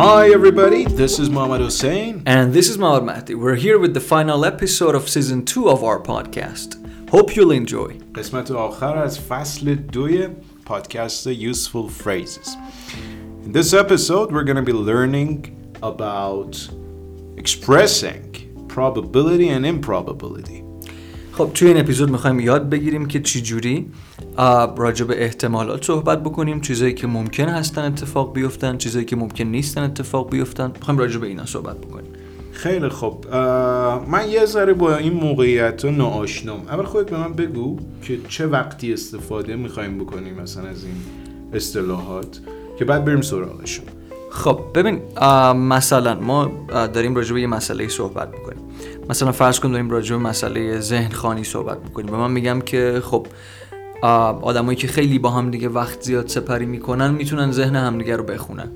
Hi, everybody. This is Mohammad Hossein. And this is Mawar Mahdi. We're here with the final episode of season two of our podcast. Hope you'll enjoy. قسمت آخر از فصل دوی پادکست Useful Phrases. In this episode, we're going to be learning about expressing probability and improbability. خب توی این اپیزود میخوایم یاد بگیریم که چجوری آه، راجع به احتمالات صحبت بکنیم چیزایی که ممکن هستن اتفاق بیفتن چیزایی که ممکن نیستن اتفاق بیفتن میخوایم راجع به اینا صحبت بکنیم خیلی خب اه، من یه ذره با این موقعیت ها ناآشنام اول خودت به من بگو که چه وقتی استفاده میخوایم بکنیم مثلا از این اصطلاحات که بعد بریم سراغشون خب ببین آه، مثلا ما آه، داریم راجع به یه مسئله صحبت میکنیم مثلا فرض کن داریم راجع به مسئله ذهن خانی صحبت میکنیم و من میگم که خب آه، آدمایی که خیلی با هم دیگه وقت زیاد سپری میکنن میتونن ذهن همدیگه رو بخونن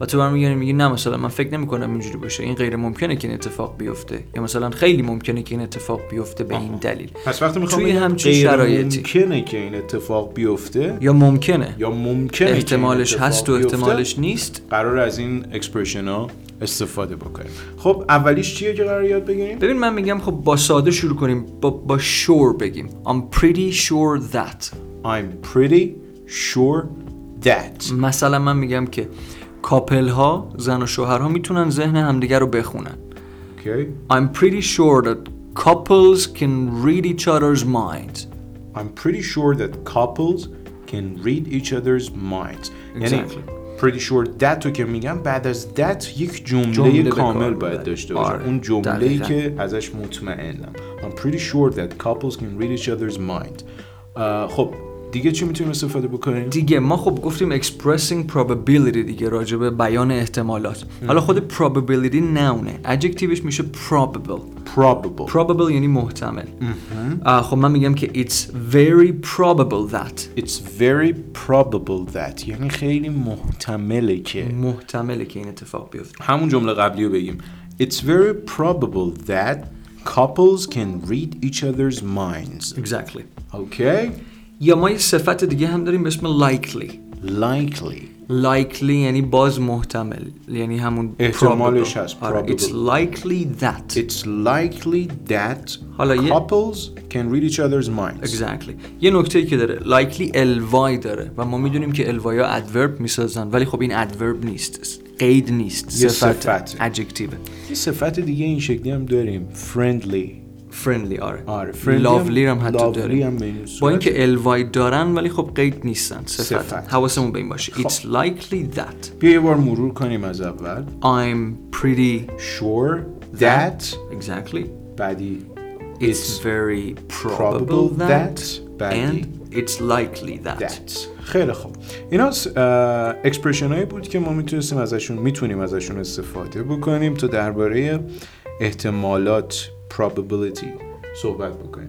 و تو برمیگردی میگی نه مثلا من فکر نمیکنم اینجوری باشه این غیر ممکنه که این اتفاق بیفته یا مثلا خیلی ممکنه که این اتفاق بیفته به این دلیل پس وقتی میخوام توی بگم همچین غیر شرایطی. ممکنه که این اتفاق بیفته یا ممکنه یا ممکنه احتمالش که این هست و اتفاق بیفته، احتمالش نیست قرار از این اکسپرشن ها استفاده بکنیم خب اولیش چیه که قرار یاد بگیریم ببین من میگم خب با ساده شروع کنیم با با sure بگیم I'm pretty sure that I'm pretty sure that مثلا من میگم که کاپل ها زن و شوهر ها میتونن ذهن همدیگه رو بخونن okay. I'm pretty sure that couples can read each other's minds I'm pretty sure that couples can read each other's minds یعنی Exactly. pretty sure that رو که میگم بعد از that یک جمله, جمله به کار کامل باید ببری. داشته باشم آره، اون جمله ای دقیقاً. که ازش مطمئنم I'm pretty sure that couples can read each other's mind آه، خب دیگه چی میتونیم استفاده بکنیم؟ دیگه ما خب گفتیم expressing probability دیگه راجع به بیان احتمالات حالا خود probability نونه ادجکتیوش میشه probable probable probable یعنی محتمل آه، خب من میگم که it's very probable that It's very probable that یعنی خیلی محتمله که محتمله که این اتفاق بیفته همون جمله قبلی رو بگیم It's very probable that couples can read each other's minds exactly Okay یا ما یه صفت دیگه هم داریم به اسم likely Likely likely یعنی باز محتمل یعنی همون احتمالش probable. هست، آره. probable. it's likely that It's likely that حالا یه- couples can read each other's minds Exactly. یه نکته که داره likely ly داره و ما میدونیم که ly ها adverb میسازن ولی خب این adverb نیست قید نیست یه صفت صفته. adjective یه صفت دیگه این شکلی هم داریم Friendly friendly آره آره friendly هم- lovely هم حتی lovely داره هم به این صورت. با اینکه ly دارن ولی خب قید نیستن صفت صفت. خب. حواسمون به این باشه it's likely that بیا یه بار مرور کنیم از اول I'm pretty Sure that exactly بعدی it's very probable probable that that بعدی and it's likely that that. خیلی خوب اینا اکسپرشن هایی بود که ما میتونستیم ازشون میتونیم ازشون استفاده بکنیم تا درباره احتمالات probability صحبت بکنیم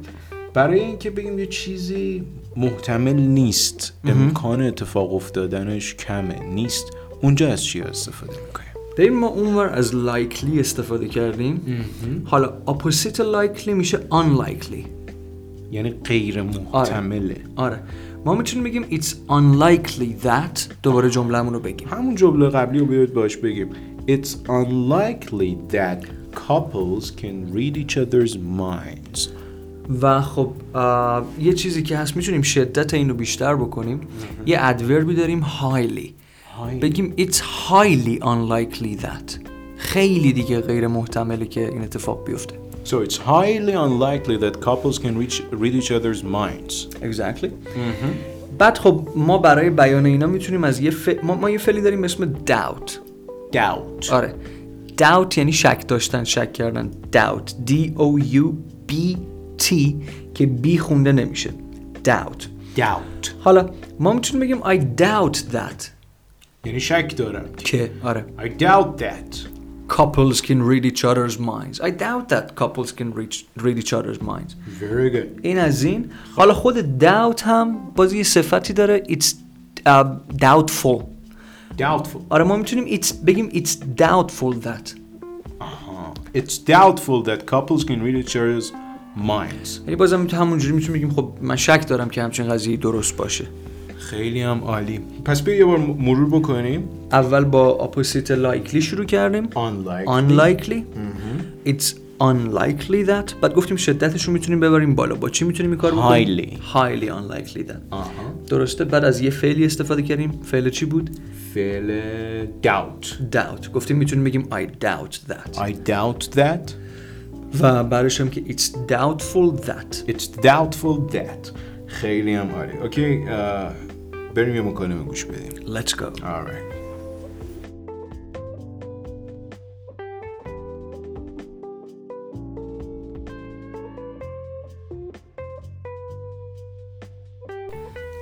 برای اینکه بگیم یه چیزی محتمل نیست امکان اتفاق افتادنش کمه نیست اونجا از چی استفاده میکنیم ببین ما اونور از likely استفاده کردیم حالا opposite likely میشه unlikely یعنی غیر محتمله آره ما میتونیم بگیم it's unlikely that دوباره جملهمون رو بگیم همون جمله قبلی رو بیاید باش بگیم It's unlikely that couples can read each other's minds و خب آه، یه چیزی که هست میتونیم شدت این رو بیشتر بکنیم یه ادوربی داریم highly بگیم it's highly unlikely that خیلی دیگه غیر محتمله که این اتفاق بیفته So it's highly unlikely that couples can reach, read each other's minds Exactly. بعد خب ما برای بیان اینا میتونیم از یه ف... ما, ما یه فعلی داریم به اسم doubt Doubt آره doubt یعنی شک داشتن شک کردن doubt D O U B T که بی خونده نمیشه doubt Doubt حالا ما میتونیم بگیم I doubt that یعنی شک دارم که آره I doubt that couples can read each other's minds I doubt that couples can reach, read each other's minds Very good این از این حالا خود doubt هم باز یه صفتی داره it's uh, doubtful Doubtful آره ما میتونیم it's بگیم it's doubtful that آها. Uh-huh. It's doubtful that couples can read each other's minds یعنی بازم میتونیم همونجوری میتونیم بگیم خب من شک دارم که همچین قضیه درست باشه خیلی هم عالی پس بیا یه بار مرور بکنیم اول با opposite likely شروع کردیم unlike unlikely Mm-hmm. it's unlikely that بعد گفتیم شدتش رو میتونیم ببریم بالا با چی میتونیم این کار بکنیم highly Uh-huh. unlikely that آها درسته بعد از یه فعلی استفاده کردیم فعل چی بود فعل doubt doubt گفتیم میتونیم بگیم I doubt that I doubt that و برش هم که it's doubtful that It's doubtful that خیلی هم عالی اوکی اه، بریم یه مکالمه گوش بدیم let's go Alright.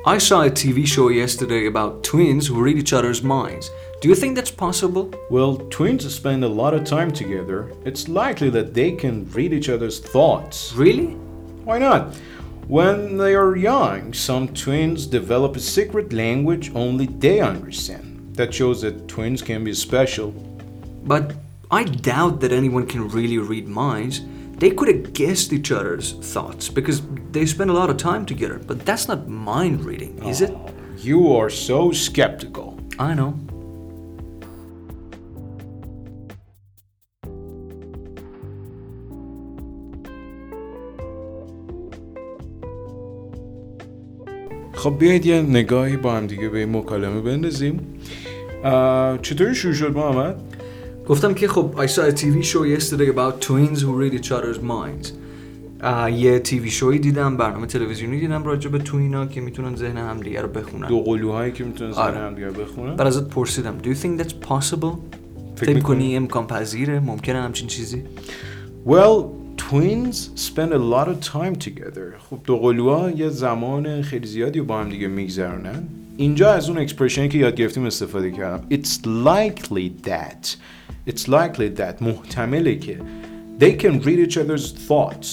I saw a TV show yesterday about twins who read each other's minds do you think that's possible Well, twins spend a lot of time together. It's likely that they can read each other's thoughts. really Why not? When they are young, some twins develop a secret language only they understand. That shows that twins can be special. But I doubt that anyone can really read minds. They could have guessed each other's thoughts because they spend a lot of time together, but that's not mind reading, is it? You are so skeptical. I know. خب بیایید یه نگاهی با هم دیگه به این مکالمه بندازیم. اه، چطوری شروع شد محمد؟ گفتم که خب I saw a TV show yesterday about twins who read each other's minds. Ah, آه، یه تیوی شوی دیدم برنامه تلویزیونی دیدم راجع به توینا که میتونن ذهن همدیگه رو بخونن دو قلوهایی که میتونن آره. سر هم دیگه بخونن بعد ازت پرسیدم Do you think that's possible? فکر فکر می‌کنی؟ کنی امکان پذیره ممکنه همچین چیزی Well, twins spend a lot of time together. خب دو قلوها یه زمان خیلی زیادی رو با هم دیگه میگذرونن. اینجا از اون اکسپرشنی که یاد گرفتیم استفاده کردم. It's likely that. It's likely that محتمله که they can read each other's thoughts.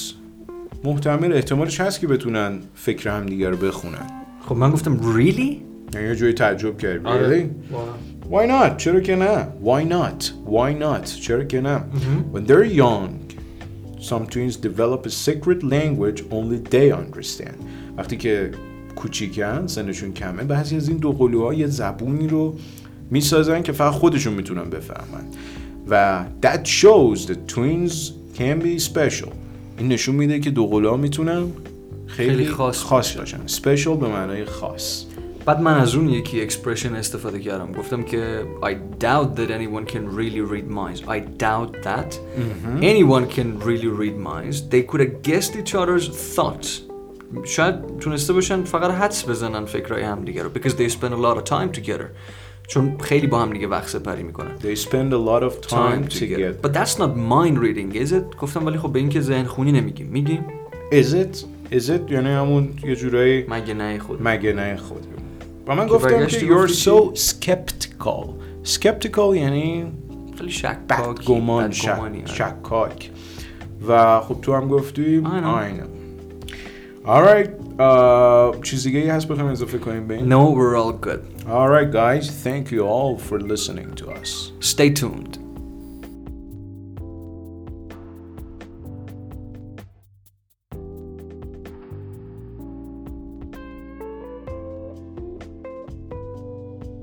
محتمل احتمالش هست که بتونن فکر همدیگه رو بخونن. خب من گفتم really یعنی یه جوری تعجب کردیم. آره. Really? Why not? چرا که نه? Why not? Why not? چرا که نه? When they're young, some twins develop a secret language only they understand. وقتی که کوچیکن سنشون کمه بعضی از این دو قلوها یه زبونی رو میسازن که فقط خودشون میتونن بفهمن و that shows that twins can be special این نشون میده که دو قلوها میتونن خیلی, خیلی خاص, خاص خاص باشن special به معنای خاص بعد من از اون یکی اکسپرشن استفاده کردم گفتم که I doubt that anyone can really read minds I doubt that anyone can really read minds They could have guessed each other's thoughts شاید تونسته باشن فقط حدس بزنن فکرهای هم دیگه رو e Because they spend a lot of time together چون خیلی با هم دیگه وقت سپری میکنن they spend a lot of time, together. But that's not mind reading is it گفتم ولی خب به این که ذهن خونی نمیگیم میگیم Is it? Is it? یعنی همون یه جورایی مگه نه خود مگه نه خودم و من که گفتم که برگشتی you're گفتی so skeptical skeptical یعنی خیلی شک بدگمان شک- شکاک و خب تو هم گفتی آره. آینه Alright, uh, چیز دیگه ای هست بخوایم اضافه کنیم به این؟ No, we're all good. Alright guys, thank you all for listening to us. Stay tuned.